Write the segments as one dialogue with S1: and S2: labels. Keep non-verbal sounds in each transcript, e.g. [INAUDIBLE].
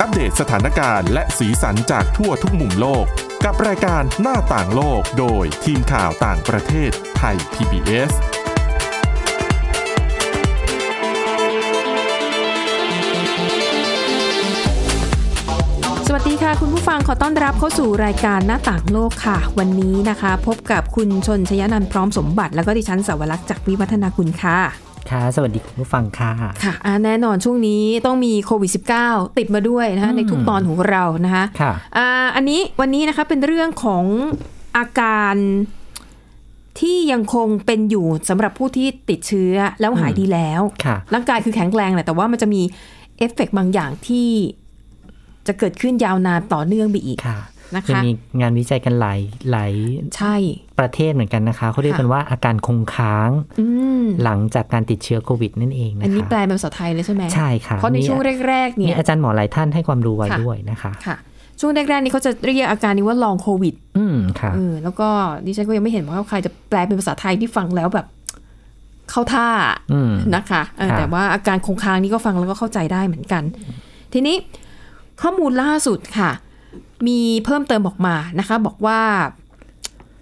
S1: อัปเดตสถานการณ์และสีสันจากทั่วทุกมุมโลก กับรายการหน้าต่างโลกโดยทีมข่าวต่างประเทศไทย PBS
S2: สวัสดีค่ะ คุณผู้ฟังขอต้อนรับเข้าสู่รายการหน้าต่างโลกค่ะ วันนี้นะคะ พบกับคุณชนชยนันท์พร้อมสมบัติ แล้วก็ดิฉันสาวรักษ์จากวิวัฒนาคุณค่ะ
S3: ค่ะ สวัสดีคุณผู้ฟังค่ะ
S2: ค่ะอ่าแน่นอนช่วงนี้ต้องมีโควิด -19 ติดมาด้วยนะคะในทุกตอนของเรานะคะ
S3: ค่ะ
S2: อ่าอันนี้วันนี้นะคะเป็นเรื่องของอาการที่ยังคงเป็นอยู่สำหรับผู้ที่ติดเชื้อแล้วหายดีแล้ว
S3: ค่ะ
S2: ร่างกายคือแข็งแรงแหละแต่ว่ามันจะมีเอฟเฟกต์บางอย่างที่จะเกิดขึ้นยาวนานต่อเนื่องไปอีก
S3: ค่ะ
S2: นะคะ
S3: อมีงานวิจัยกันหลายหลาย
S2: ใช่
S3: ประเทศเหมือนกันนะคะ เขาเรียกกันว่าอาการคงค้าง
S2: อืม
S3: หลังจากการติดเชื้อโควิดนั่นเองนะคะ
S2: อันนี้แปลเป็นภาษาไทยเลยใช่ไหม
S3: ใช่ค่ะ
S2: เพราะในช่วงแรกๆ
S3: มี
S2: เนี่ย
S3: อาจารย์หมอหลายท่านให้ความรู้ไว้
S2: ค่ะ
S3: ด้วยนะคะ
S2: ค่ะ ช่วงแรกๆ นี่เขาจะเรียกอาการนี้ว่าลองโควิด
S3: อืมค่ะ
S2: เออ แล้วก็ดิฉันก็ยังไม่เห็นว่าใครจะแปลเป็นภาษาไทยที่ฟังแล้วแบบ เข้าท่า
S3: อืม
S2: นะคะเออ
S3: ค่ะ
S2: แต่ว่าอาการคงค้างนี่ก็ฟังแล้วก็เข้าใจได้เหมือนกัน ทีนี้ข้อมูลล่าสุดค่ะ มีเพิ่มเติมออกมานะคะ บอกว่า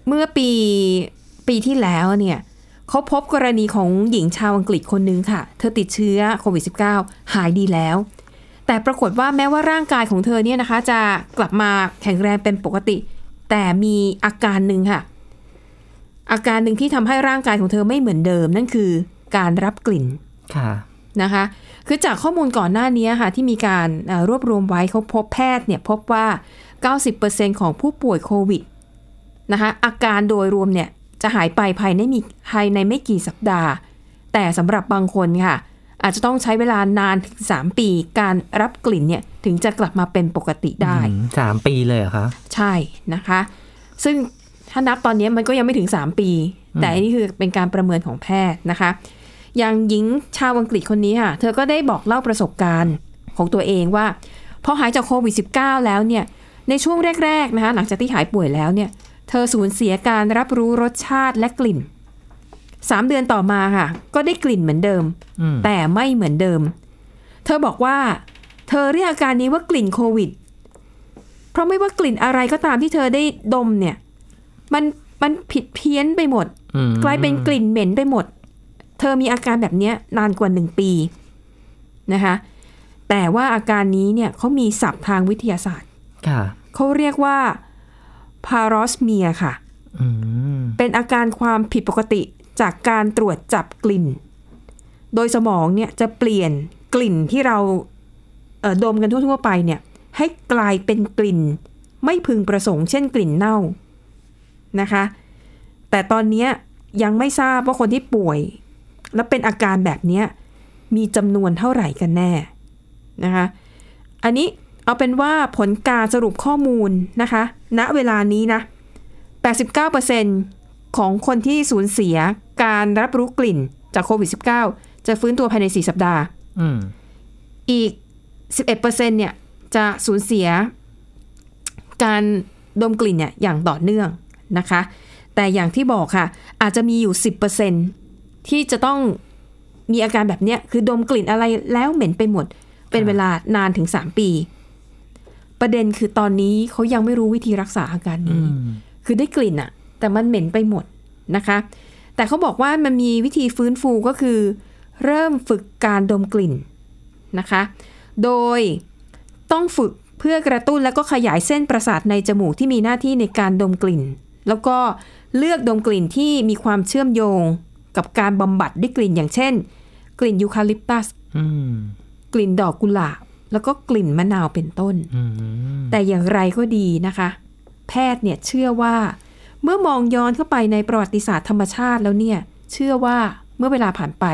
S2: เมื่อปีปีที่แล้วเนี่ยเขาพบกรณีของหญิงชาวอังกฤษคนนึงค่ะ เธอติดเชื้อโควิด -19 หายดีแล้ว แต่ปรากฏว่าแม้ว่าร่างกายของเธอเนี่ยนะคะ จะกลับมาแข็งแรงเป็นปกติ แต่มีอาการหนึ่งค่ะ อาการหนึ่งที่ทำให้ร่างกายของเธอไม่เหมือนเดิม นั่นคือการรับกลิ่น
S3: ค่ะ
S2: นะคะ คือจากข้อมูลก่อนหน้านี้ค่ะ ที่มีการเอ่อรวบรวมไว้เขาพบแพทย์เนี่ยพบว่า 90%ของผู้ป่วยโควิดนะคะอาการโดยรวมเนี่ยจะหายไปภายในมีภายในไม่กี่สัปดาห์ แต่สำหรับบางคนค่ะ อาจจะต้องใช้เวลานานถึง 3 ปี การรับกลิ่นเนี่ยถึงจะกลับมาเป็นปกติได้
S3: อืมสามปีเลยเหรอคะ
S2: ใช่นะคะ ซึ่งถ้านับตอนนี้มันก็ยังไม่ถึง 3 ปี แต่อันนี่คือเป็นการประเมินของแพทย์นะคะ อย่างหญิงชาวอังกฤษคนนี้ค่ะ เธอก็ได้บอกเล่าประสบการณ์ของตัวเองว่า พอหายจากโควิด -19 แล้วเนี่ย ในช่วงแรกๆนะคะหลังจากที่หายป่วยแล้วเนี่ย เธอสูญเสียการรับรู้รสชาติและกลิ่น 3 เดือนต่อมาค่ะ ก็ได้กลิ่นเหมือนเดิม
S3: อืม
S2: แต่ไม่เหมือนเดิม เธอบอกว่า เธอเรียกอาการนี้ว่ากลิ่นโควิด เพราะไม่ว่ากลิ่นอะไรก็ตามที่เธอได้ดมเนี่ย มันมันผิดเพี้ยนไปหมด
S3: อืม
S2: กลายเป็นกลิ่นเหม็นไปหมด เธอมีอาการแบบเนี้ยนานกว่าหนึ่งปีนะคะ แต่ว่าอาการนี้เนี่ยเขามีศัพท์ทางวิทยาศาสตร์
S3: ค่ะ
S2: เขาเรียกว่าพารอสเมียค่ะ
S3: อืม
S2: เป็นอาการความผิดปกติจากการตรวจจับกลิ่น โดยสมองเนี่ยจะเปลี่ยนกลิ่นที่เราเอ่อดมกันทั่วๆไปเนี่ย ให้กลายเป็นกลิ่น ไม่พึงประสงค์เช่นกลิ่นเน่านะคะ แต่ตอนเนี้ยยังไม่ทราบว่าคนที่ป่วย และเป็นอาการแบบเนี้ยมีจำนวนเท่าไหร่กันแน่นะคะ อันนี้เอาเป็นว่าผลการสรุปข้อมูลนะคะ ณเวลานี้นะ 89%ของคนที่สูญเสียการรับรู้กลิ่นจากโควิด -19 จะฟื้นตัวภายใน 4 สัปดาห์
S3: อืม
S2: อีก 11%เนี่ยจะสูญเสียการดมกลิ่นเนี่ยอย่างต่อเนื่องนะคะ แต่อย่างที่บอกค่ะ อาจจะมีอยู่ 10%ที่จะต้องมีอาการแบบเนี้ยคือดมกลิ่นอะไรแล้วเหม็นไปหมด เป็นเวลานานถึง 3 ปี ประเด็นคือตอนนี้เขายังไม่รู้วิธีรักษาอาการ
S3: อื
S2: นี้
S3: ม
S2: คือได้กลิ่นอะแต่มันเหม็นไปหมดนะคะ แต่เขาบอกว่ามันมีวิธีฟื้นฟูก็คือ เริ่มฝึกการดมกลิ่นนะคะ โดยต้องฝึกเพื่อกระตุ้นแล้วก็ขยายเส้นประสาทในจมูกที่มีหน้าที่ในการดมกลิ่น แล้วก็เลือกดมกลิ่นที่มีความเชื่อมโยงกับการบำบัดด้วยกลิ่นอย่างเช่น กลิ่นยูคาลิปตัส
S3: อืม
S2: กลิ่นดอกกุหลาบ แล้วก็กลิ่นมะนาวเป็นต้น
S3: อืม
S2: แต่อย่างไรก็ดีนะคะ แพทย์เนี่ยเชื่อว่า เมื่อมองย้อนเข้าไปในประวัติศาสตร์ธรรมชาติแล้วเนี่ย เชื่อว่าเมื่อเวลาผ่านไป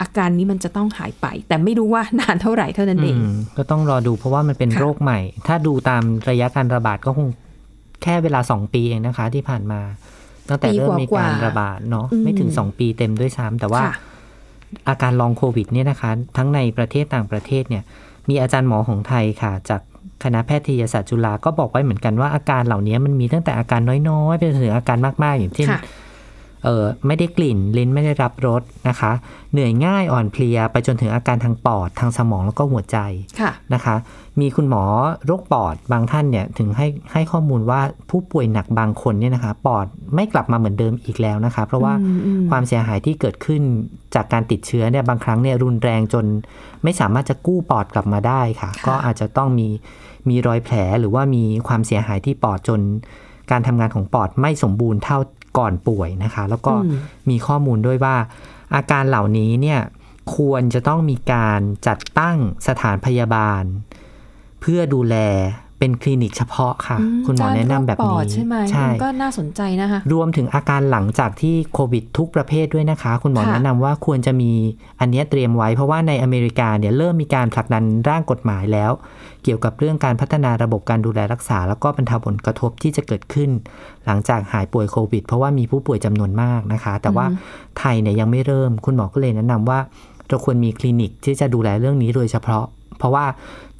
S2: อาการนี้มันจะต้องหายไป แต่ไม่รู้ว่านานเท่าไหร่เท่านั้นเอง
S3: อืมก็ต้องรอดูเพราะว่ามันเป็น
S2: ค่ะ
S3: โรคใหม่ ถ้าดูตามระยะการระบาดก็คงแค่เวลา 2 ปีเองนะคะ ที่ผ่านมา ตั้งแต่เริ่มมีการระบาดเนาะไม่ถึง 2 ปีเต็มด้วยซ้ำแต่ว่า
S2: ค่ะ
S3: อาการลองโควิดเนี่ยนะคะ ทั้งในประเทศต่างประเทศเนี่ย มีอาจารย์หมอของไทยค่ะ จากคณะแพทยศาสตร์จุฬาก็บอกไว้เหมือนกันว่าอาการเหล่านี้มันมีตั้งแต่อาการน้อยๆไปจนถึงอาการมากๆอย่างเช่น
S2: ค่ะ
S3: เออไม่ได้กลิ่นลิ้นไม่ได้รับรสนะคะ เหนื่อยง่ายอ่อนเพลียไปจนถึงอาการทางปอดทางสมองแล้วก็หัวใจ
S2: ค่ะ
S3: นะคะ มีคุณหมอโรคปอดบางท่านเนี่ยถึงให้ให้ข้อมูลว่าผู้ป่วยหนักบางคนเนี่ยนะคะ ปอดไม่กลับมาเหมือนเดิมอีกแล้วนะคะ เพราะว่า
S2: อืมอืม
S3: ความเสียหายที่เกิดขึ้นจากการติดเชื้อเนี่ยบางครั้งเนี่ยรุนแรงจนไม่สามารถจะกู้ปอดกลับมาได้ค่ะ ก็อาจจะต้องมีมีรอยแผลหรือว่ามีความเสียหายที่ปอดจน การทำงานของปอดไม่สมบูรณ์เท่าก่อนป่วยนะคะ แล้วก็
S2: อืม
S3: มีข้อมูลด้วยว่า อาการเหล่านี้เนี่ยควรจะต้องมีการจัดตั้งสถานพยาบาล เพื่อดูแลเป็นคลินิกเฉพาะค่ะ
S2: ม
S3: คุณหมอแนะนำแบบ
S2: จ้างโรคปอด
S3: นี้
S2: ใช่ไหม
S3: ใช่
S2: มันก็น่าสนใจนะคะ
S3: รวมถึงอาการหลังจากที่โควิดทุกประเภทด้วยนะคะ คุณหมอ
S2: ค่ะ
S3: แนะนำว่าควรจะมีอันเนี้ยเตรียมไว้ เพราะว่าในอเมริกาเนี่ยเริ่มมีการผลักดันร่างกฎหมายแล้ว เกี่ยวกับเรื่องการพัฒนาระบบการดูแลรักษา แล้วก็บรรเทาผลกระทบที่จะเกิดขึ้น หลังจากหายป่วยโควิด เพราะว่ามีผู้ป่วยจำนวนมากนะคะ แต่ว่าไทยเนี่ยยังไม่เริ่ม คุณหมอก็เลยแนะนำว่าเราควรมีคลินิกที่จะดูแลเรื่องนี้โดยเฉพาะ เพราะว่า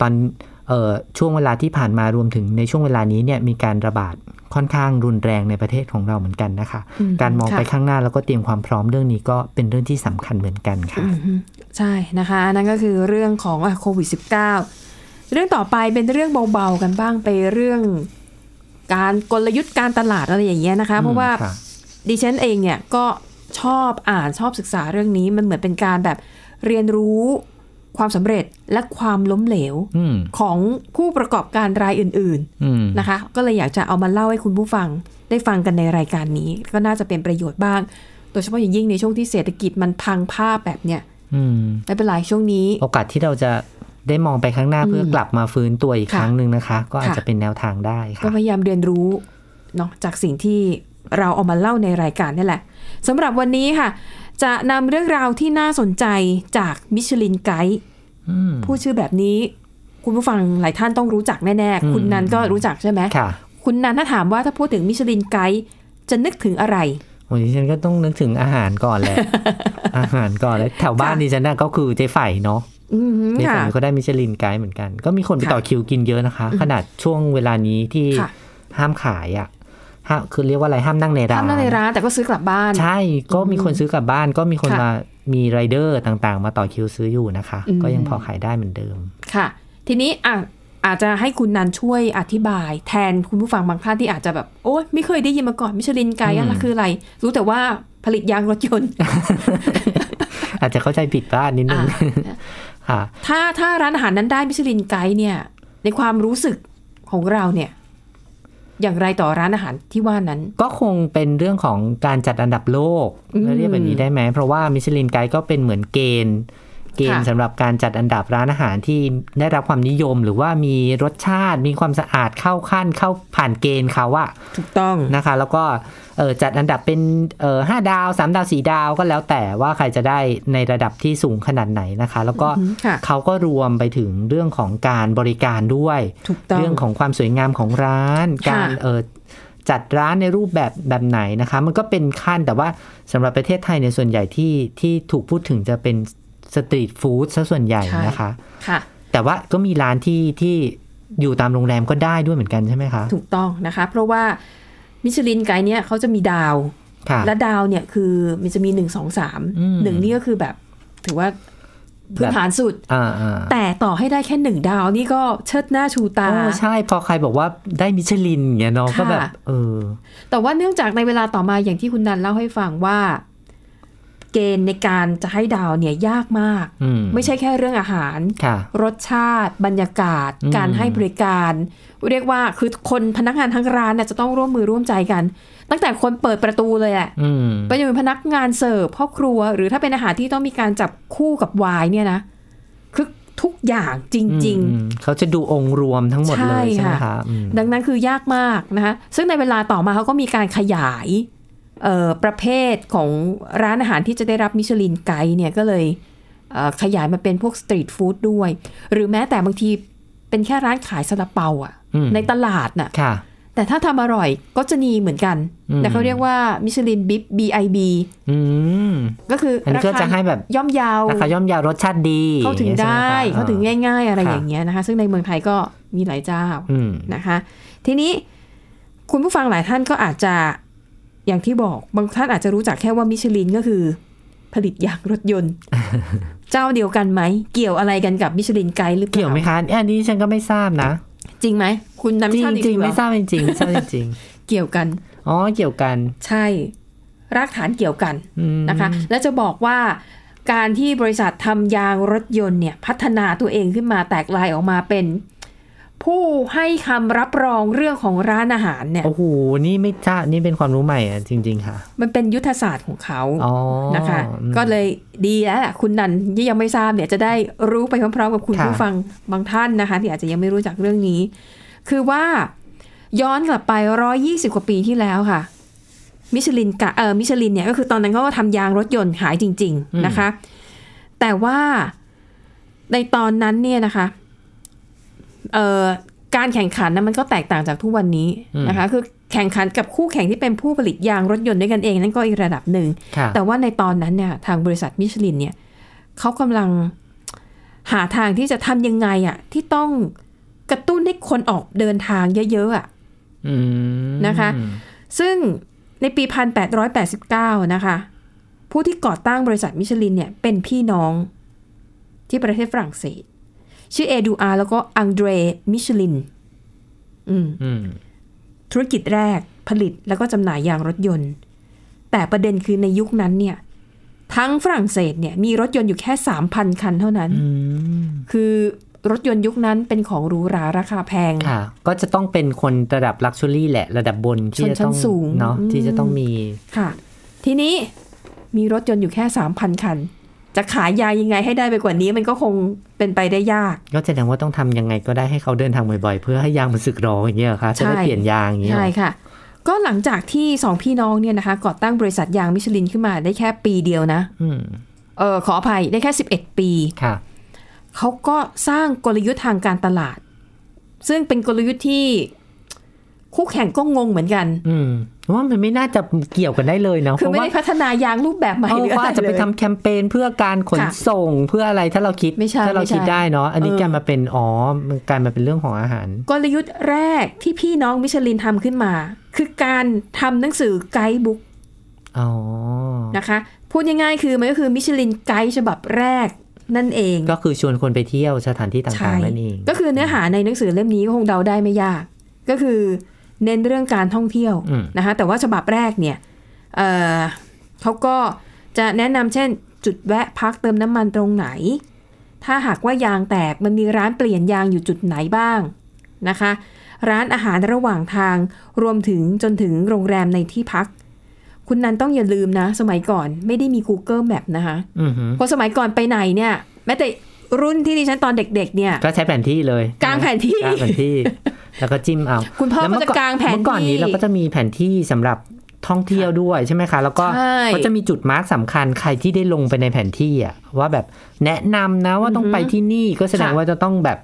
S3: ตอนเอ่อช่วงเวลาที่ผ่านมารวมถึงในช่วงเวลานี้เนี่ยมีการระบาดค่อนข้างรุนแรงในประเทศของเราเหมือนกันนะคะ
S2: อืม
S3: การมอง
S2: ค่ะ
S3: ไปข้างหน้าแล้วก็เตรียมความพร้อมเรื่องนี้ก็เป็นเรื่องที่สำคัญเหมือนกันค่ะ
S2: อืมใช่นะคะอันนั่นก็คือเรื่องของอ่ะโควิด -19 เรื่องต่อไปเป็นเรื่องเบาๆกันบ้างไปเรื่องการกลยุทธ์การตลาดอะไรอย่างเงี้ยนะคะ เพราะว่า
S3: อืมค่
S2: ดิฉันเองเนี่ยก็ชอบอ่านชอบศึกษาเรื่องนี้มันเหมือนเป็นการแบบเรียนรู้ความสำเร็จและความล้มเหลว
S3: อืม
S2: ของผู้ประกอบการรายอื่น ๆ
S3: อืม
S2: นะคะก็เลยอยากจะเอามาเล่าให้คุณผู้ฟังได้ฟังกันในรายการนี้ ก็น่าจะเป็นประโยชน์บ้าง โดยเฉพาะอย่างยิ่งในช่วงที่เศรษฐกิจมันพังภาพแบบเนี้ย
S3: อืม
S2: ไม่เป็นไรช่วงนี้
S3: โอกาสที่เราจะได้มองไปข้างหน้าเพื่อกลับมาฟื้นตัวอีก
S2: ค่ะ
S3: ครั้งหนึ่งนะคะ ก็อาจ
S2: ค่ะ
S3: จะเป็นแนวทางได้
S2: ก็
S3: ค่ะ
S2: พยายามเรียนรู้เนาะจากสิ่งที่เราเอามาเล่าในรายการนี่แหละสำหรับวันนี้ค่ะ จะนำเรื่องราวที่น่าสนใจจากมิชลินไกด์
S3: อืม
S2: ผู้ชื่อแบบนี้ คุณผู้ฟังหลายท่านต้องรู้จักแน่
S3: อื
S2: ๆ
S3: ม
S2: คุณนันก็รู้จักใช่ไหม
S3: ค่ะ
S2: คุณนันถ้าถามว่าถ้าพูดถึงมิชลินไกด์จะนึกถึงอะไร
S3: วันนี้ฉันก็ต้องนึกถึงอาหารก่อน
S2: [LAUGHS]
S3: แหละ อาหารก่อนแล้วแถวบ้าน
S2: ค่ะ
S3: ดิฉันน่ะก็คือเจ๊ไฝ่เนาะ
S2: อืม
S3: เจ๊ไฝ่
S2: ค่ะ
S3: ก็ได้มิชลินไกด์เหมือนกัน ก็มีคนไป
S2: ค่ะ
S3: ต่อคิวกินเยอะนะคะ ขนาดช่วงเวลานี้ที่
S2: ค่ะ
S3: ห้ามขายอ่ะห้ามคือเรียกว่าอะไรห้ามนั่งในร้า
S2: ทำนั่นในร้านแต่ก็ซื้อกลับบ้าน
S3: ใช่ก็มีคนซื้อกลับบ้าน ก็มีคน
S2: ค่ะ
S3: มามีไรเดอร์ต่างๆ มาต่อคิวซื้ออยู่นะคะ
S2: อืม
S3: ก็ยังพอขายได้เหมือนเดิม
S2: ค่ะ ทีนี้อ่ะอาจจะให้คุณนันช่วยอธิบาย แทนคุณผู้ฟังบางท่านที่อาจจะแบบ โอ๊ยไม่เคยได้ยินมาก่อนมิชลินไกด์อะไรคืออะไร รู้แต่ว่าผลิตยางรถยนต์
S3: อาจจะเข้าใจผิดบ้านนิดนึ
S2: อ่ะ
S3: งค่ะ
S2: ถ้าถ้าร้านอาหารนั้นได้มิชลินไกด์เนี่ย ในความรู้สึกของเราเนี่ย อย่างไรต่อร้านอาหารที่ว่านั้น
S3: ก็คงเป็นเรื่องของการจัดอันดับโลก
S2: อืม
S3: เรียกแบบนี้ได้ไหม เพราะว่ามิชลินไกด์ก็เป็นเหมือนเกณฑ์ เกณฑ์
S2: ค่ะ
S3: สำหรับการจัดอันดับร้านอาหารที่ได้รับความนิยม หรือว่ามีรสชาติมีความสะอาดเข้าขั้นเข้าผ่านเกณฑ์เขาอะ
S2: ถูกต้อง
S3: นะคะ แล้วก็เอ่อจัดอันดับเป็นเอ่อห้าดาวสามดาวสี่ดาวก็แล้วแต่ว่าใครจะได้ในระดับที่สูงขนาดไหนนะคะ แล้วก็
S2: อือหือค่ะ
S3: เขาก็รวมไปถึงเรื่องของการบริการด้วย
S2: ถูกต้อง
S3: เรื่องของความสวยงามของร้าน
S2: ค่ะ
S3: การเออจัดร้านในรูปแบบแบบไหนนะคะ มันก็เป็นขั้นแต่ว่าสำหรับประเทศไทยในยส่วนใหญ่ที่ที่ถูกพูดถึงจะเป็นสตรีทฟู้ดซะส่วนใหญ่
S2: ใช่
S3: นะคะ
S2: ค่ะ
S3: แต่ว่าก็มีร้านที่ที่อยู่ตามโรงแรมก็ได้ด้วยเหมือนกันใช่ไหมคะ
S2: ถูกต้องนะคะ เพราะว่ามิชลินไกด์เนี่ยเขาจะมีดาว
S3: ค่ะ
S2: และดาวเนี่ยคือมันจะมีหนึ่งสองสาม
S3: อืม
S2: หนึ่งนี่ก็คือแบบถือว่าพื้น
S3: แบบ
S2: ฐานสุด
S3: อ่าอ่า
S2: แต่ต่อให้ได้แค่หนึ่งดาวนี่ก็เชิดหน้าชูตา
S3: โอ้ใช่พอใครบอกว่าได้มิชลินอย่างเงี้ยเนาะ
S2: ค่ะ
S3: ก็แบบเออ
S2: แต่ว่าเนื่องจากในเวลาต่อมาอย่างที่คุณนันเล่าให้ฟังว่า เกณฑ์ในการจะให้ดาวเนี่ยยากมาก
S3: อืม
S2: ไม่ใช่แค่เรื่องอาหาร
S3: ค่ะ
S2: รสชาติ บรรยากาศ
S3: อืม
S2: การให้บริการ เรียกว่าคือคนพนักงานทั้งร้านน่ะจะต้องร่วมมือร่วมใจกัน ตั้งแต่คนเปิดประตูเลยแหละ
S3: อืม
S2: ไปจนถึงพนักงานเสิร์ฟพ่อครัว หรือถ้าเป็นอาหารที่ต้องมีการจับคู่กับไวน์เนี่ยนะคือทุกอย่างจริง
S3: อืมเขาจะดูองค์รวมทั้งหมดเลย
S2: ใช่
S3: ใช่ไหม
S2: ค่ะ
S3: คะอืม
S2: ๆ ดังนั้นคือยากมากนะคะซึ่งในเวลาต่อมาเขาก็มีการขยายเอ่อประเภทของร้านอาหารที่จะได้รับมิชลินไกด์เนี่ยก็เลยเอ่อขยายมาเป็นพวกสตรีทฟู้ดด้วย หรือแม้แต่บางทีเป็นแค่ร้านขายซาลาเปาอะ
S3: อืม
S2: ในตลาดน่ะ
S3: ค่ะ
S2: แต่ถ้าทำอร่อยก็จะนีเหมือนกัน
S3: อืม
S2: แต่เขาเรียกว่ามิชลินบิ๊บ BIB
S3: อืม
S2: ก็คือ
S3: อันนี้
S2: รา
S3: ก็
S2: คา
S3: จะให้แบบ
S2: ย่อมเยาว
S3: ราคาย่อมเยาวรสชาติดี
S2: เข้าถึง
S3: อย่
S2: ได้
S3: ยใช่หมคะ
S2: เข้าถึง
S3: อ่
S2: ง่าย ๆ อะไร
S3: ค่ะ
S2: อย่างเงี้ยนะคะ ซึ่งในเมืองไทยก็มีหลายเจ้า
S3: อืม
S2: นะคะ ทีนี้คุณผู้ฟังหลายท่านก็อาจจะ อย่างที่บอกบางท่านอาจจะรู้จักแค่ว่ามิชลินก็คือ ผลิตยางรถย
S3: [LAUGHS]
S2: นต์ เจ้าเดียวกันไหม เกี่ยวอะไรกันกับมิชลินไกด์หรือเปล่า
S3: เกี่ยวไหมคะอันนี้ฉันก็ไม่ทราบนะ
S2: จริงไหมคุณนำมิ
S3: จริ
S2: ช
S3: ง
S2: ลิน
S3: จริงๆ
S2: เหอ
S3: ไม่ทราบจริงๆไม่ทราบจริง
S2: เกี่ยวกัน
S3: ๆอ๋อเกี่ยวกัน
S2: ใช่ รากฐานเกี่ยวกัน
S3: อืม
S2: นะคะและจะบอกว่าการที่บริษัททำยางรถยนต์เนี่ยพัฒนาตัวเองขึ้นมาแตกลายออกมาเป็น ผู้ให้คำรับรองเรื่องของร้านอาหารเนี่ย
S3: โอ้โหนี่ไม่ทราบนี่เป็นความรู้ใหม่อ่ะจริง ๆ ค่ะ
S2: มันเป็นยุทธศาสตร์ของเขา
S3: อ๋อ
S2: นะคะ
S3: อืม
S2: ก็เลยดีแล้วแหละคุณนันที่ยังไม่ทราบเนี่ยจะได้รู้ไปพร้อมๆกับคุณ
S3: ค่ะ
S2: ผู้ฟังบางท่านนะคะ ที่อาจจะยังไม่รู้จักเรื่องนี้ คือว่าย้อนกลับไปร้อยี่สิบกว่าปีที่แล้วค่ะ มิชลินกะเออมิชลินเนี่ยก็คือตอนนั้นเขาก็ทำยางรถยนต์ขายจริง ๆนะคะ แต่ว่าในตอนนั้นเนี่ยนะคะเอ่อการแข่งขันนะมันก็แตกต่างจากทุกวันนี้นะคะ คือแข่งขันกับคู่แข่งที่เป็นผู้ผลิตยางรถยนต์ด้วยกันเองนั่นก็อีกระดับหนึ่ง
S3: ค่ะ
S2: แต่ว่าในตอนนั้นเนี่ยทางบริษัทมิชลินเนี่ยเขากำลังหาทางที่จะทำยังไงอะที่ต้องกระตุ้นให้คนออกเดินทางเยอะๆอะ
S3: อืม
S2: นะคะ ซึ่งในปี 1889 นะคะ ผู้ที่ก่อตั้งบริษัทมิชลินเนี่ยเป็นพี่น้องที่ประเทศฝรั่งเศส ชื่อเอดูอาร์แล้วก็อังเดรมิชลินอืม
S3: อืม
S2: ธุรกิจแรกผลิตแล้วก็จำหน่ายยางรถยนต์ แต่ประเด็นคือในยุคนั้นเนี่ย ทั้งฝรั่งเศสเนี่ยมีรถยนต์อยู่แค่ 3,000 คันเท่านั้น
S3: อืม
S2: คือรถยนต์ยุคนั้นเป็นของหรูหราราคาแพง
S3: ค่ะ ก็จะต้องเป็นคนระดับลักชัวรี่แหละระดับบนที่จะต้อง
S2: ชนชั้นสูง
S3: เนาะ
S2: อืม
S3: ที่จะต้องมี
S2: ค่ะ ทีนี้มีรถยนต์อยู่แค่ 3,000 คัน จะขายยายยังไงให้ได้ไปกว่านี้มันก็คงเป็นไปได้ยาก
S3: ก็แสดงว่าต้องทำยังไงก็ได้ให้เขาเดินทางบ่อยๆ เพื่อให้ยางมันสึกหรออย่างเงี้ยเหรอคะจะได้
S2: ใช่
S3: เปลี่ยนยางอย่างเงี้ยเหร
S2: ใช่
S3: อ
S2: ค่ะ ก็หลังจากที่สองพี่น้องเนี่ยนะคะก่อตั้งบริษัทยางมิชลินขึ้นมาได้แค่ปีเดียวนะ
S3: อืม
S2: เออขออภัยได้แค่ 11 ปี
S3: ค่ะ
S2: เขาก็สร้างกลยุทธ์ทางการตลาด ซึ่งเป็นกลยุทธ์ที่คู่แข่งก็งงเหมือนกัน
S3: อืมว่ามันไม่น่าจะเกี่ยวกันได้เลยเนาะ
S2: คือ
S3: เพ
S2: ไม่
S3: ราะว่า
S2: ได้พัฒนายางรูปแบบใหม่
S3: เอ
S2: ห
S3: อ
S2: รือ
S3: เขา
S2: อะไร
S3: อาจจะ
S2: เล
S3: ไป
S2: ย
S3: ทำแคมเปญเพื่อการขน
S2: ค่ะ
S3: ส่งเพื่ออะไรถ้าเราคิด
S2: ไม่ใช่
S3: ถ้าเรา
S2: ไม่ใช่
S3: คิดได้เนาะอันนี้
S2: เออ
S3: กลายมาเป็นอ๋อมันกลายมาเป็นเรื่องของอาหาร
S2: กลยุทธ์แรกที่พี่น้องมิชลินทำขึ้นมา คือการทำหนังสือไกด์บุ๊ก
S3: อ๋อ
S2: นะคะ พูดง่ายๆคือมันก็คือมิชลินไกด์ฉบับแรกนั่นเอง
S3: ก็คือชวนคนไปเที่ยวสถานที่ต่างๆนั่นเอง
S2: ก็คือเนื้อหาในหนังสือเล่มนี้ก็คงเดาได้ไม่ยาก ก็คือเน้นเรื่องการท่องเที่ยว
S3: อืม
S2: นะคะแต่ว่าฉบับแรกเนี่ยเอ่อเขาก็จะแนะนำเช่น จุดแวะพักเติมน้ำมันตรงไหน ถ้าหากว่ายางแตกมันมีร้านเปลี่ยนยางอยู่จุดไหนบ้างนะคะ ร้านอาหารระหว่างทางรวมถึงจนถึงโรงแรมในที่พัก คุณนันต้องอย่าลืมนะ สมัยก่อนไม่ได้มี Google Map นะคะ
S3: อือหือ
S2: เพราะสมัยก่อนไปไหนเนี่ยแม้แต่รุ่นที่ดิฉันตอนเด็กๆเนี่ย
S3: ก็ใช้แผนที่เลย
S2: กางแผนที่
S3: กางแผนที่ แล้วก็จิ้มเอา
S2: คุณพ่อ
S3: ล้วเมื่
S2: ก็จะกางแผนที่
S3: เมื่อก่อนนี้เราก็จะมีแผนที่สำหรับท่องเที่ยวด้วยใช่ไหมคะ แล้วก็
S2: ใช่
S3: ก็จะมีจุดมาร์กสำคัญใครที่ได้ลงไปในแผนที่อะว่าแบบแนะนำนะว่าต้องไปที่นี่ก็แสดงว่าจะต้องแบบ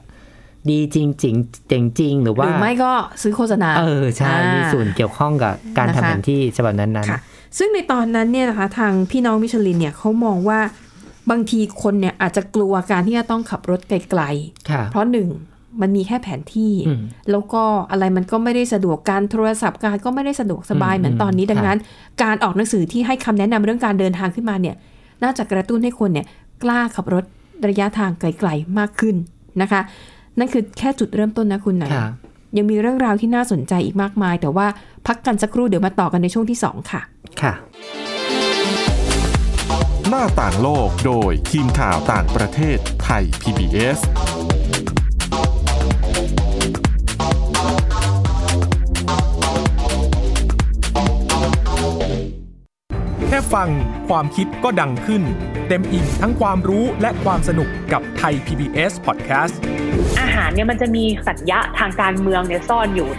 S3: ดีจริงจริงๆเจ๋งจริงหรือ
S2: ห
S3: ว่า
S2: รือไม่ก็ซื้อโฆษณา
S3: เออใช่
S2: า
S3: มีส่วนเกี่ยวข้องกับการทำ
S2: นะคะ
S3: แผนที่ฉบับนั้น
S2: ค่ะซึ่งในตอนนั้นเนี่ยนะคะทางพี่น้องมิชลินเนี่ยเขามองว่าบางทีคนเนี่ยอาจจะกลัวการที่จะต้องขับรถไกล
S3: ๆค่ะ
S2: ๆ เพราะหนึ่งมันมีแค่แผนที่
S3: อืม
S2: แล้วก็อะไรมันก็ไม่ได้สะดวกการโทรศัพท์การก็ไม่ได้สะดวกสบาย
S3: อืม
S2: เหมือนตอนนี้
S3: ค่ะ
S2: ดังนั้น การออกหนังสือที่ให้คำแนะนำเรื่องการเดินทางขึ้นมาเนี่ยน่าจะกระตุ้นให้คนเนี่ยกล้าขับรถระยะทางไกลๆมากขึ้นนะคะ นั่นคือแค่จุดเริ่มต้นนะคุณไหนาย
S3: ค่ะ
S2: ยังมีเรื่องราวที่น่าสนใจอีกมากมาย แต่ว่าพักกันสักครู่เดี๋ยวมาต่อกันในช่วงที่ 2 ค่ะ
S3: ค่ะ
S1: หน้าต่างโลกโดยทีมข่าวต่างประเทศไทย PBS
S4: แค่ฟังความคิดก็ดังขึ้น เต็มอิ่มทั้งความรู้และความสนุกกับไทย PBS Podcast
S5: อาหารเนี่ยมันจะมีสัญญะทางการเมืองเนี่ยซ่อนอยู่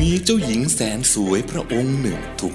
S6: มีเจ้าหญิงแสนสวยพระองค์หนึ่งถูก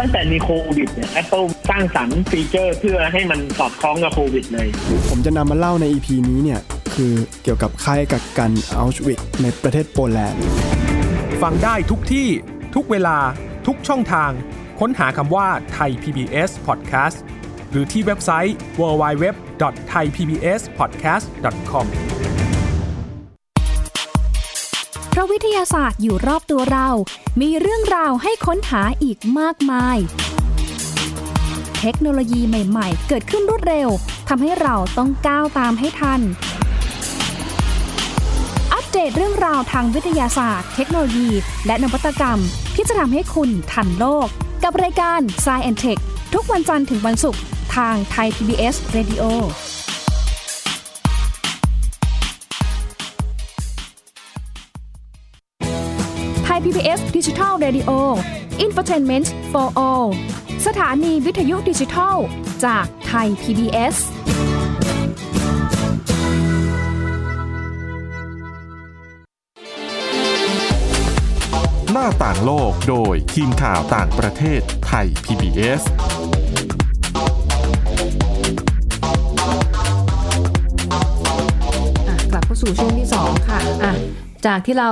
S7: ตั้งแต่มีโควิดเนี่ย Apple สร้างสรรค์ฟีเจอร์เพื่อให้มันสอดคล้องกับโควิดเลย
S8: ผมจะนำมาเล่าใน EP นี้เนี่ย คือเกี่ยวกับค่ายกักกันอัลชวิกในประเทศโปแลนด์
S4: ฟังได้ทุกที่ทุกเวลาทุกช่องทาง ค้นหาคำว่าไทย PBS Podcast หรือที่เว็บไซต์ www.thaipbspodcast.com
S9: เพราะวิทยาศาสตร์อยู่รอบตัวเรา มีเรื่องราวให้ค้นหาอีกมากมาย เทคโนโลยีใหม่ๆ เกิดขึ้นรวดเร็ว ทำให้เราต้องก้าวตามให้ทัน อัปเดตเรื่องราวทางวิทยาศาสตร์ เทคโนโลยี และนวัตกรรม ที่จะทำให้คุณทันโลก กับรายการ s c i e n t e c h ทุกวันจันทร์ถึงวันศุกร์ทางไทย PBS Radio ไทย PBS Digital Radio Infotainment for All สถานีวิทยุดิจิทัล จากไทย PBS
S1: หน้าต่างโลกโดยทีมข่าวต่างประเทศไทย PBS
S2: อ่ะกลับเข้าสู่ช่วงที่ 2 ค่ะอ่ะ จากที่เรา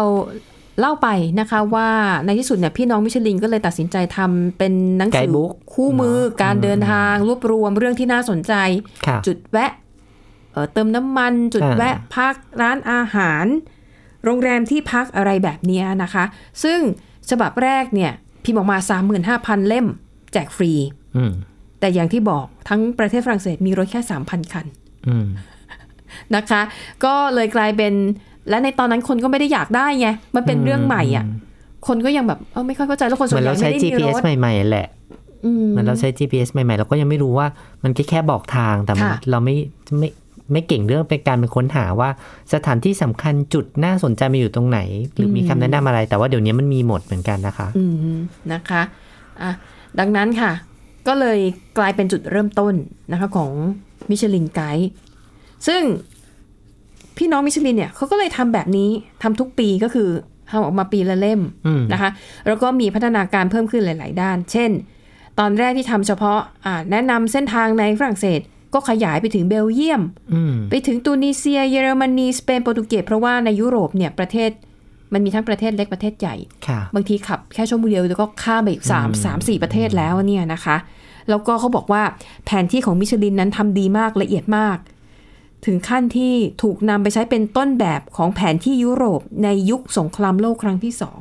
S2: เล่าไปนะคะว่าในที่สุดเนี่ยพี่น้องมิชลินก็เลยตัดสินใจทำเป็นหนังสือ
S3: Guidebook
S2: คู่มือการเดินทางรวบรวมเรื่องที่น่าสนใจ
S3: ค่ะ
S2: จุดแวะเอ่อเติมน้ำมัน จุด
S3: อ่า
S2: แวะพักร้านอาหาร โรงแรมที่พักอะไรแบบเนี้ยนะคะ ซึ่งฉบับแรกเนี่ยพิมพ์ออกมา 35,000 เล่ม แจกฟรี
S3: อืม
S2: แต่อย่างที่บอกทั้งประเทศฝรั่งเศสมีรถแค่ 3,000 คัน
S3: อืม
S2: นะคะ ก็เลยกลายเป็นและในตอนนั้นคนก็ไม่ได้อยากได้ไง มันเป็นเรื่องใหม่อ่ะ คนก็ยังแบบเออไม่ค่อยเข้าใจแล้วคน
S3: เห
S2: ส่ว
S3: มือนน
S2: ใหญ่
S3: เราใช้
S2: ไม่ได้มีร
S3: GPS
S2: ถ
S3: ใหม่ๆแหละ
S2: อืม
S3: เหมือนเราใช้ GPS ใหม่ๆ เราก็ยังไม่รู้ว่ามันแค่แค่บอกทางแต่มัน
S2: ค่ะ
S3: เราไม่ไม่ไม่เก่งเรื่องเป็นการเป็นค้นหาว่าสถานที่สำคัญจุดน่าสนใจมันอยู่ตรงไหน หรือมีคำแนะนำอะไร แต่ว่าเดี๋ยวนี้มันมีหมดเหมือนกันนะคะ
S2: อืมนะคะอ่ะดังนั้นค่ะ ก็เลยกลายเป็นจุดเริ่มต้นนะคะของมิชลินไกด์ซึ่งพี่น้องมิชลินเนี่ยเขาก็เลยทำแบบนี้ทำทุกปีก็คือทำออกมาปีละเล่ม
S3: อืม
S2: นะคะ แล้วก็มีพัฒนาการเพิ่มขึ้นหลาย ๆ ด้าน เช่น ตอนแรกที่ทำเฉพาะอ่าแนะนำเส้นทางในฝรั่งเศส ก็ขยายไปถึงเบลเยียม
S3: อืม
S2: ไปถึงตูนิเซีย เยอรมนีสเปนโปรตุเกสเพราะว่าในยุโรปเนี่ยประเทศมันมีทั้งประเทศเล็กประเทศใหญ่
S3: ค่ะ
S2: บางทีขับแค่ชั่วโมงเดียวแล้วก็ข้ามไปอีกสามสามสี่ประเทศแล้วเนี่ยนะคะ แล้วก็เขาบอกว่าแผนที่ของมิชลินนั้นทำดีมากละเอียดมาก ถึงขั้นที่ถูกนำไปใช้เป็นต้นแบบของแผนที่ยุโรปในยุคสงครามโลกครั้งที่สอง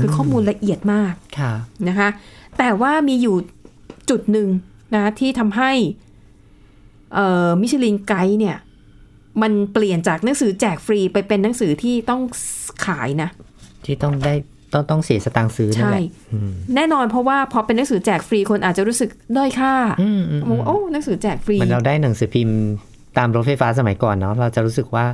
S2: คือข้อมูลละเอียดมาก
S3: ค่ะ
S2: นะคะ แต่ว่ามีอยู่จุดหนึ่งนะที่ทำให้เอ่อมิชลินไกด์เนี่ย มันเปลี่ยนจากหนังสือแจกฟรีไปเป็นหนังสือที่ต้องขายนะ
S3: ที่ต้องได้ต้องต้องเสียสตางค์ซื้อนั่น
S2: ใช่
S3: แหละ
S2: แน่นอนเพราะว่าพอเป็นหนังสือแจกฟรีคนอาจจะรู้สึกด้อยค่า
S3: อืมอืม
S2: บอกว่าโอ้หนังสือแจกฟรี
S3: เหมือนเราได้หนังสือพิมพ์ตามรถไฟฟ้าสมัยก่อนเนาะเราจะรู้สึกว่า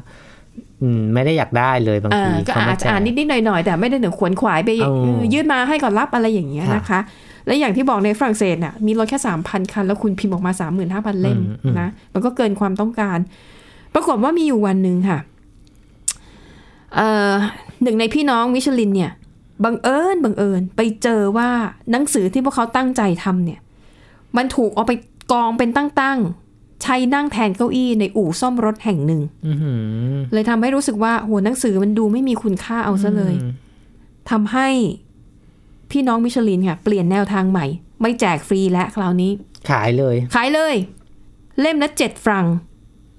S3: อืมไม่ได้อยากได้เลยบาง
S2: อ่า
S3: ที
S2: ก็
S3: เขม
S2: อาจจะ
S3: แก
S2: อ่านนิดๆหน่อยๆ แต่ไม่ได้ถึงขวนขวายไป
S3: เออ
S2: เออยื่นมาให้ก่อนรับอะไรอย่างเงี้ยนะคะ และอย่างที่บอกในฝรั่งเศสน่ะมีรถแค่ 3,000 คัน แล้วคุณพิมพ์ออกมา 35,000 เล่ม
S3: อืม
S2: นะ มันก็เกินความต้องการ ปรากฏว่ามีอยู่วันหนึ่งค่ะเอ่อหนึ่งในพี่น้องมิชลินเนี่ยบังเอิญบังเอิญไปเจอว่าหนังสือที่พวกเขาตั้งใจทำเนี่ย มันถูกเอาไปกองเป็นตั้งๆใช้นั่งแทนเก้าอี้ในอู่ซ่อมรถแห่งหนึ่ง
S3: อื้อหือ
S2: เลยทำให้รู้สึกว่าโหหนังสือมันดูไม่มีคุณค่าเอาซะเลยทำให้พี่น้องมิชลินค่ะ เปลี่ยนแนวทางใหม่ ไม่แจกฟรีและคราวนี้
S3: ขายเลย
S2: ขายเลย เล่มละเจ็ดฟรัง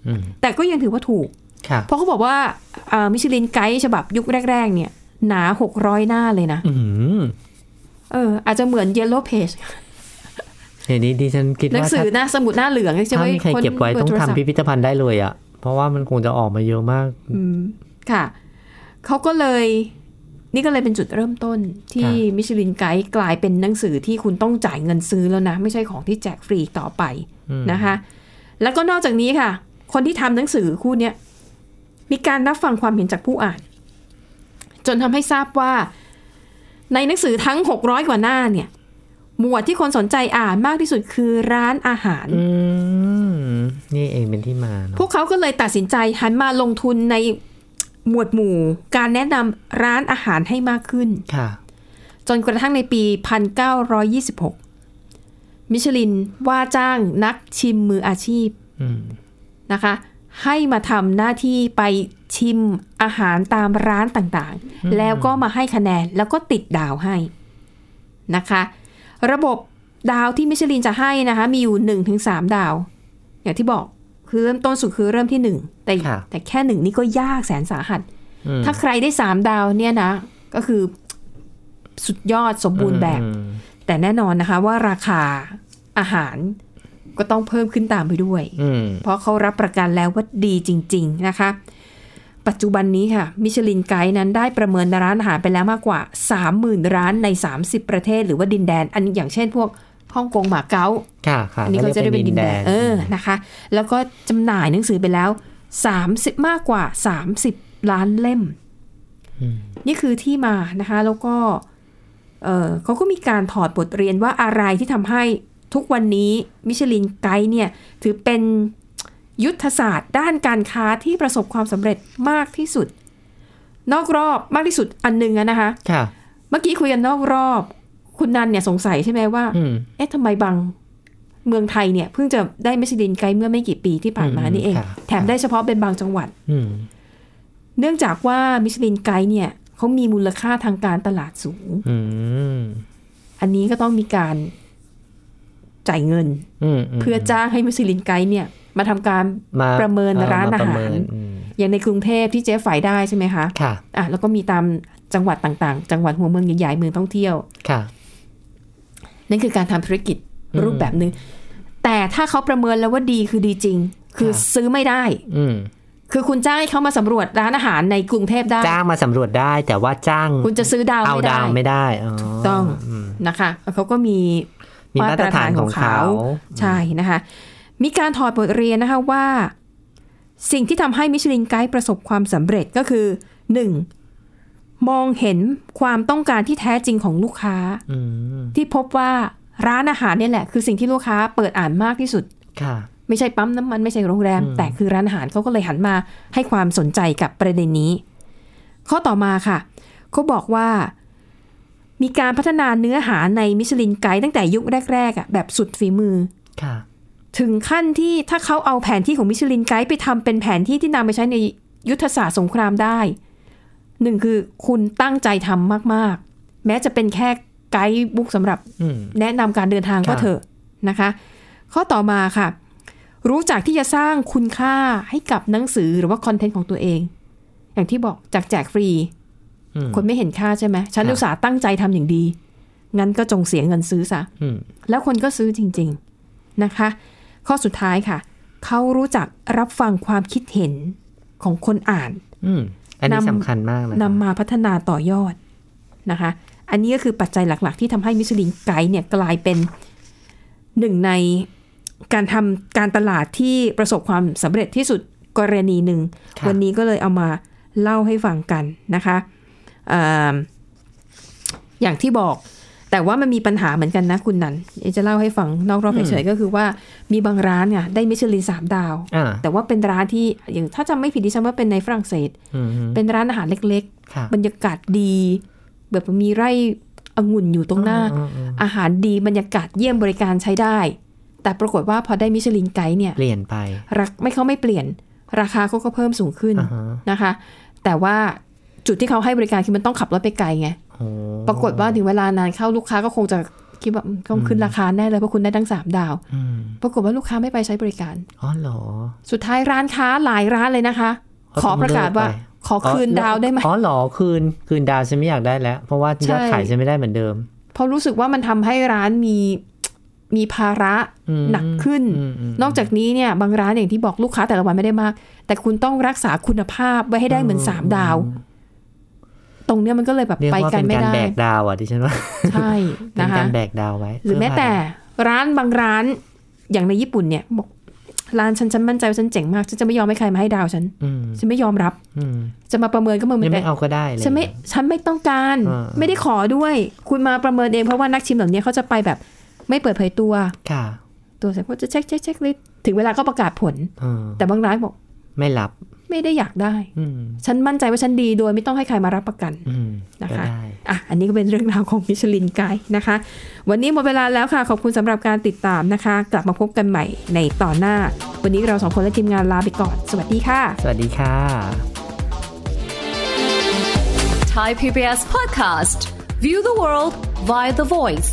S3: อืม
S2: แต่ก็ยังถือว่าถูก
S3: ค่ะ
S2: เพราะเขาบอกว่าเอ่อมิชลินไกด์ฉบับยุคแรก ๆ เนี่ย หนาหกร้อยหน้าเลยนะ
S3: อืม
S2: เอออาจจะเหมือนเยลโล่เพจ
S3: เดี๋ยวนี้ดิฉันคิด
S2: หนัง
S3: ว่า
S2: สือ
S3: ถ้า
S2: หน้าสมุดหน้าเหลืองใช่ไหม
S3: ถ้ามีใครเก็บไว้ต้องทำพิพิธภัณฑ์ได้เลยอะ่ะ เพราะว่ามันคงจะออกมาเยอะมาก
S2: อืมค่ะเขาก็เลย นี่ก็เลยเป็นจุดเริ่มต้นที่
S3: ค่ะ
S2: มิชลินไกด์กลายเป็นหนังสือที่คุณต้องจ่ายเงินซื้อแล้วนะ ไม่ใช่ของที่แจกฟรีต่อไปนะคะ แล้วก็นอกจากนี้ค่ะ คนที่ทำหนังสือคู่เนี้ยมีการรับฟังความเห็นจากผู้อ่าน จนทำให้ทราบว่า ในหนังสือทั้ง 600 กว่าหน้าเนี่ย หมวดที่คนสนใจอ่านมากที่สุดคือร้านอาหาร
S3: อืม นี่เองเป็นที่มาเน
S2: พว
S3: อะ
S2: กเขาก็เลยตัดสินใจหันมาลงทุนในหมวดหมู่ การแนะนำร้านอาหารให้มากขึ้น
S3: ค่ะ
S2: จนกระทั่งในปี 1926 มิชลินว่าจ้างนักชิมมืออาชีพ
S3: อืม
S2: นะคะ ให้มาทำหน้าที่ไปชิมอาหารตามร้านต่างๆ แล้วก็มาให้คะแนนแล้วก็ติดดาวให้นะคะ ระบบดาวที่มิชลินจะให้นะคะ มีอยู่ 1-3 ดาว อย่างที่บอกคือเริ่มต้นสุดคือเริ่มที่ 1 แต่
S3: ค่ะ
S2: แต่แค่หนึ่งนี่ก็ยากแสนสาหัส
S3: อืม
S2: ถ้าใครได้สามดาวเนี่ยนะ ก็คือสุดยอดสมบูรณ์แบบ
S3: อืม
S2: แต่แน่นอนนะคะว่าราคาอาหารก็ต้องเพิ่มขึ้นตามไปด้วย
S3: อืม
S2: เพราะเขารับประกันแล้วว่าดีจริง ๆ นะคะ ปัจจุบันนี้ค่ะ มิชลินไกด์นั้นได้ประเมินร้านอาหารไปแล้วมากกว่า 30,000 ร้านใน 30 ประเทศ หรือว่าดินแดน อันอย่างเช่นพวกฮ่องกงหมาเก๊า
S3: ค่ะค่ะ
S2: อันนี้ก็จะได้เป็นดินแดนเออนะคะ แล้วก็จำหน่ายหนังสือไปแล้ว 30 มากกว่า 30 ล้านเล่ม นี่คือที่มานะคะ แล้วก็เออเขาก็มีการถอดบทเรียนว่าอะไรที่ทำให้ทุกวันนี้มิชลินไกด์เนี่ย ถือเป็นยุทธศาสตร์ด้านการค้าที่ประสบความสำเร็จมากที่สุด นอกรอบมากที่สุดอันหนึงอะนะคะ
S3: ค่ะ
S2: เมื่อกี้คุยกันนอกรอบ คุณนันเนี่ยสงสัยใช่ไหมว่า
S3: อืม
S2: เอ๊ะทำไมบางเมืองไทยเนี่ย เพิ่งจะได้มิชลินไกด์เมื่อไม่กี่ปีที่ผ่านมา
S3: อืม
S2: นี่เอง
S3: ครับ
S2: แถมได้เฉพาะเป็นบางจังหวัด
S3: อืม
S2: เนื่องจากว่ามิชลินไกด์เนี่ยเขามีมูลค่าทางการตลาดสูง
S3: อืม
S2: อันนี้ก็ต้องมีการจ่ายเงิน
S3: อืมม
S2: เพื่อจ้างให้มิชลินไกด์เนี่ย มาทำการ
S3: มา
S2: ประเมิน
S3: อ่
S2: ร้านอา
S3: ปะ
S2: หา
S3: เมิ
S2: ร
S3: นอืม
S2: อย่างในกรุงเทพที่เจ๊ฝ่ายได้ใช่ไหมคะ
S3: ค่ะ
S2: อ่ะแล้วก็มีตามจังหวัดต่างๆ จังหวัดหัวเมืองใหญ่ๆเมืองท่องเที่ยว
S3: ค่ะ
S2: นั่นคือการทำธุรกิจรูปแบบหนึง่งแต่ถ้าเขาประเมินแล้วว่าดีคือดีจริง คือ
S3: ครับ
S2: ซื้อไม่ได้
S3: อืม
S2: คือคุณจ้างให้เขามาสำรวจร้านอาหารในกรุงเทพได้
S3: จ้างมาสำรวจได้แต่ว่าจ้าง
S2: คุณจะซื้อดาว
S3: เอา
S2: ไม่ได้
S3: ดาวไม่ได้อ๋อ
S2: ต้อง
S3: ม
S2: นะคะเขาก็มี
S3: มีมาตรฐานของเขา
S2: ใช่นะคะ มีการถอดบทเรียนนะคะว่า สิ่งที่ทำให้มิชลินไกด์ประสบความสำเร็จก็คือ 1. มองเห็นความต้องการที่แท้จริงของลูกค้า
S3: อืม
S2: ที่พบว่าร้านอาหารเนี่ยแหละ คือสิ่งที่ลูกค้าเปิดอ่านมากที่สุด
S3: ค่ะ
S2: ไม่ใช่ปั๊มน้ำมันไม่ใช่โรงแรม แต่คือร้านอาหารเขาก็เลยหันมาให้ความสนใจกับประเด็นนี้ ข้อต่อมาค่ะเขาบอกว่า มีการพัฒนาเนื้อหาในมิชลินไกด์ตั้งแต่ยุคแรกๆอ่ะแบบสุดฝีมือ
S3: ค่ะ
S2: ถึงขั้นที่ถ้าเขาเอาแผนที่ของมิชลินไกด์ไปทำเป็นแผนที่ที่นำไปใช้ในยุทธศาสตร์สงครามได้หนึ่งคือคุณตั้งใจทำมากๆ แม้จะเป็นแค่ไกด์บุ๊กสำหรับ
S3: อืม
S2: แนะนำการเดินทางก็
S3: ค่ะ
S2: เถอะนะคะ ข้อต่อมาค่ะ รู้จักที่จะสร้างคุณค่าให้กับหนังสือหรือว่าคอนเทนต์ของตัวเอง อย่างที่บอกจากแจกฟรี
S3: อืม
S2: คนไม่เห็นค่าใช่ไหมฉัน
S3: ค่ะ
S2: อุตส่าห์ตั้งใจทำอย่างดี งั้นก็จงเสียเงินซื้อซะ
S3: อืม
S2: แล้วคนก็ซื้อจริง ๆนะคะ ข้อสุดท้ายค่ะ เขารู้จักรับฟังความคิดเห็นของคนอ่าน
S3: อืมอันนี้
S2: นำ
S3: สำคัญมากนะ
S2: นำมาพัฒนาต่อยอดนะคะ อันนี้ก็คือปัจจัยหลักๆ ที่ทำให้มิชลินไกด์เนี่ยกลายเป็นหนึ่งในการทำการตลาดที่ประสบความสำเร็จที่สุดกรณีหนึ่ง
S3: ค่ะ
S2: วันนี้ก็เลยเอามาเล่าให้ฟังกันนะคะเอิ่มอย่างที่บอก แต่ว่ามันมีปัญหาเหมือนกันนะคุณนันเดี๋ยวจะเล่าให้ฟังนอกรอบเฉยๆก็คือว่ามีบางร้านเนี่ยได้มิชลินสามดาว
S3: อ่า
S2: แต่ว่าเป็นร้านที่อย่างถ้าจำไม่ผิดดิฉันว่าเป็นในฝรั่งเศส
S3: อืม
S2: เป็นร้านอาหารเล็ก ๆ
S3: ค่ะ
S2: บรรยากาศดี แบบมีไร่องุ่นอยู่ตรงหน้า
S3: อืมอืม
S2: อาหารดีบรรยากาศเยี่ยมบริการใช้ได้ แต่ปรากฏว่าพอได้มิชลินไกด์เนี่ย
S3: เปลี่ยนไป
S2: รักไม่เขาไม่เปลี่ยน ราคาเขาก็เพิ่มสูงขึ้น
S3: อ่าฮะ
S2: นะคะ แต่ว่าจุดที่เขาให้บริการคือมันต้องขับรถไปไกลไง
S3: โอ้
S2: ปรากฏว่าถึงเวลานานเข้าลูกค้าก็คงจะคิดว่าอืมต้องขึ้นราคาแน่เลยเพราะคุณได้ตั้งสามดาว
S3: อืม
S2: ปรากฏว่าลูกค้าไม่ไปใช้บริการ
S3: อ๋อเหรอ
S2: สุดท้ายร้านค้าหลายร้านเลยนะคะ
S3: เขา
S2: ขอประกาศว่า
S3: ต้องเลิกไป
S2: ขอคืนดาวได้ไหม
S3: อ๋อเหรอคืนคืนดาวฉันไม่อยากได้แล้ว เพราะว่า
S2: ใช่
S3: ยอดขายฉันไม่ได้เหมือนเดิม
S2: เพราะรู้สึกว่ามันทำให้ร้านมีมีภาระ
S3: อืม
S2: หนักขึ้น
S3: อืมอืม
S2: นอกจากนี้เนี่ยบางร้านอย่างที่บอกลูกค้าแต่ละวันไม่ได้มาก แต่คุณต้องรักษาคุณภาพไว้ให้ได้เหมือนสามดาว ตรงเนี้ยมันก็เลยแบบ
S3: เรียก
S2: ไป
S3: ว่า
S2: กั
S3: เป็น น
S2: ไม่
S3: การ
S2: ได้
S3: แบกดาวอ่ะดิฉันว่า [LAUGHS]
S2: ใช่
S3: เป็
S2: นะ
S3: น
S2: คะ
S3: การแบกดาวไว้
S2: หรือแม้แต่ร้านบางร้านอย่างในญี่ปุ่นเนี่ยบอกร้านฉันฉันมั่นใจว่าฉันเจ๋งมากฉันจะไม่ยอมให้ใครมาให้ดาวฉัน
S3: อืม
S2: ฉันไม่ยอมรับ
S3: อืม
S2: จะมาประเมินก็ประเมิน
S3: ยัง
S2: ไม่
S3: ไม่
S2: ได้
S3: เอาก็ได้เลย
S2: ฉันไม่ฉันไม่ต้องการ
S3: อ่า
S2: ไม่ได้ขอด้วย คุณมาประเมินเองเพราะว่านักชิมเหล่านี้เขาจะไปแบบไม่เปิดเผยตัว
S3: ค่ะ
S2: ตัวเสร็จก็จะเช็คเช็คเช็คลิสต์ถึงเวลาก็ประกาศผล
S3: เออ
S2: แต่บางร้านบอก
S3: ไม่รับ
S2: ไม่ได้อยากได้
S3: อืม
S2: ฉันมั่นใจว่าฉันดีโดยไม่ต้องให้ใครมารับประกัน
S3: อืม
S2: นะ
S3: ก็
S2: คะ
S3: ได้
S2: อ่ะ อันนี้ก็เป็นเรื่องราวของมิชลินไกด์นะคะ วันนี้หมดเวลาแล้วค่ะ ขอบคุณสำหรับการติดตามนะคะ กลับมาพบกันใหม่ในตอนหน้า วันนี้เราสองคนและทีมงานลาไปก่อน สวัสดีค่ะ
S3: สวัสดีค่ะ
S10: Thai PBS podcast. View the world via the voice.